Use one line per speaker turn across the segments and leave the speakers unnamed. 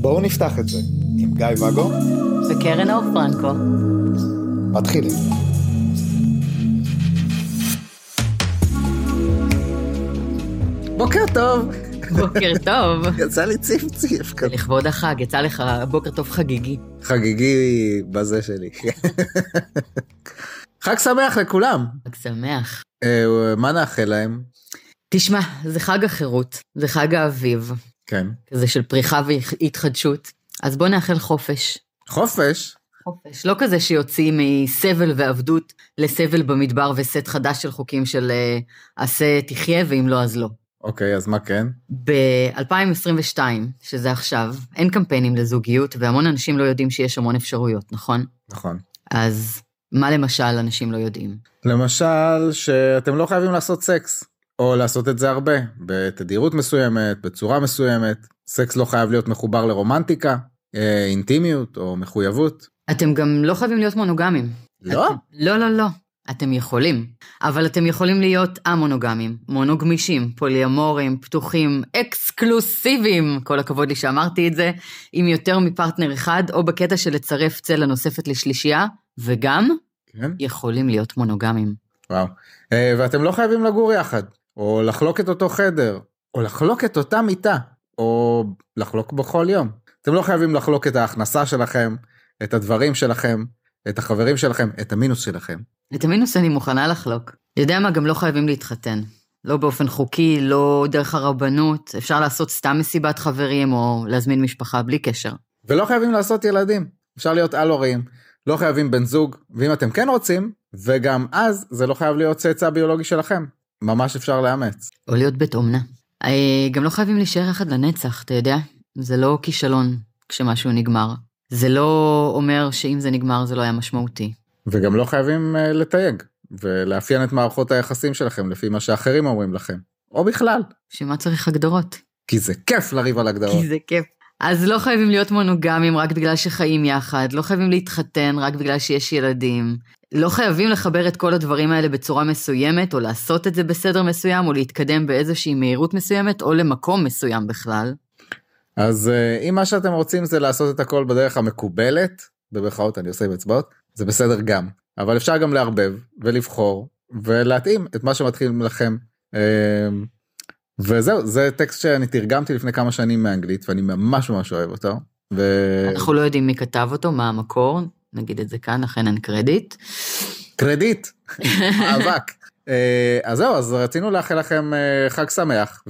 בואו נפתח את זה עם גיא ואגו,
וקרן אור פרנקו.
מתחילים.
בוקר טוב.
בוקר טוב.
יצא לי ציפציף כזה.
לכבוד החג, יצא לך בוקר טוב חגיגי.
חגיגי בזה שלי. חג שמח לכולם.
חג שמח.
אה, מה נאחל להם?
תשמע, זה חג החירות, זה חג האביב,
כן.
כזה של פריחה והתחדשות, אז בוא נאחל חופש.
חופש.
חופש. לא כזה שיוצאים מסבל ועבדות לסבל במדבר וסט חדש של חוקים של אה, עשה תחיה ואם לא אז לא.
אוקיי, אז מה כן?
ב-2022, שזה עכשיו, אין קמפיינים לזוגיות והמון אנשים לא יודעים שיש המון אפשרויות, נכון?
נכון.
אז מה למשל אנשים לא יודעים?
למשל, שאתם לא חייבים לעשות סקס, או לעשות את זה הרבה, בתדירות מסוימת, בצורה מסוימת. סקס לא חייב להיות מחובר לרומנטיקה, אה, אינטימיות או מחויבות.
אתם גם לא חייבים להיות מונוגמים.
לא?
אתם, לא, לא, לא. אתם יכולים. אבל אתם יכולים להיות א-מונוגמים, מונוגמישים, פוליאמורים, פתוחים, אקסקלוסיביים, כל הכבוד לי שאמרתי את זה, עם יותר מפרטנר אחד, או בקטע של לצרף צלע נוספת לשלישייה, וגם
כן.
יכולים להיות מונוגמים.
וואו. אה, ואתם לא חייבים לגור יחד, או לחלוק את אותו חדר, או לחלוק את אותה מיטה, או לחלוק בכל יום. אתם לא חייבים לחלוק את ההכנסה שלכם, את הדברים שלכם, את החברים שלכם, את המינוס שלכם.
את המינוס אני מוכנה לחלוק. אתה יודע מה, גם לא חייבים להתחתן. לא באופן חוקי, לא דרך הרבנות, אפשר לעשות סתם מסיבת חברים או להזמין משפחה בלי קשר.
ולא חייבים לעשות ילדים, אפשר להיות על-הוריים, לא חייבים בן זוג, ואם אתם כן רוצים, וגם אז זה לא חייב להיות צאצא ביולוגי שלכם. ממש אפשר לאמץ.
או להיות בית אומנה. אה, גם לא חייבים להישאר יחד לנצח, אתה יודע? זה לא כישלון כשמשהו נגמר. זה לא אומר שאם זה נגמר זה לא היה משמעותי.
וגם לא חייבים אה, לתייג, ולאפיין את מערכות היחסים שלכם לפי מה שאחרים אומרים לכם, או בכלל.
שמה צריך הגדרות?
כי זה כיף לריב על הגדרות.
כי זה כיף. אז לא חייבים להיות מונוגמים רק בגלל שחיים יחד, לא חייבים להתחתן רק בגלל שיש ילדים. לא חייבים לחבר את כל הדברים האלה בצורה מסוימת, או לעשות את זה בסדר מסוים, או להתקדם באיזושהי מהירות מסוימת, או למקום מסוים בכלל.
אז אה, אם מה שאתם רוצים זה לעשות את הכל בדרך המקובלת, במרכאות אני עושה עם אצבעות, זה בסדר גם. אבל אפשר גם לערבב ולבחור ולהתאים את מה שמתחיל לכם. אה, וזהו, זה טקסט שאני תרגמתי לפני כמה שנים מאנגלית ואני ממש ממש אוהב אותו. ו...
אנחנו לא יודעים מי כתב אותו, מה המקור, נגיד את זה כאן, לכן אין קרדיט.
קרדיט, מאבק. אה, אז זהו, אז רצינו לאחל לכם אה, חג שמח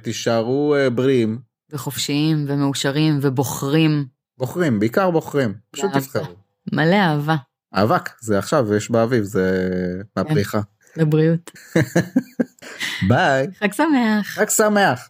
ותישארו אה, בריאים,
וחופשיים ומאושרים ובוחרים
בוחרים, בעיקר בוחרים, פשוט
אהבת.
תבחרו.
מלא אהבה.
אבק, זה עכשיו, יש באביב, זה מהפריחה.
לבריאות.
ביי.
חג שמח.
חג שמח.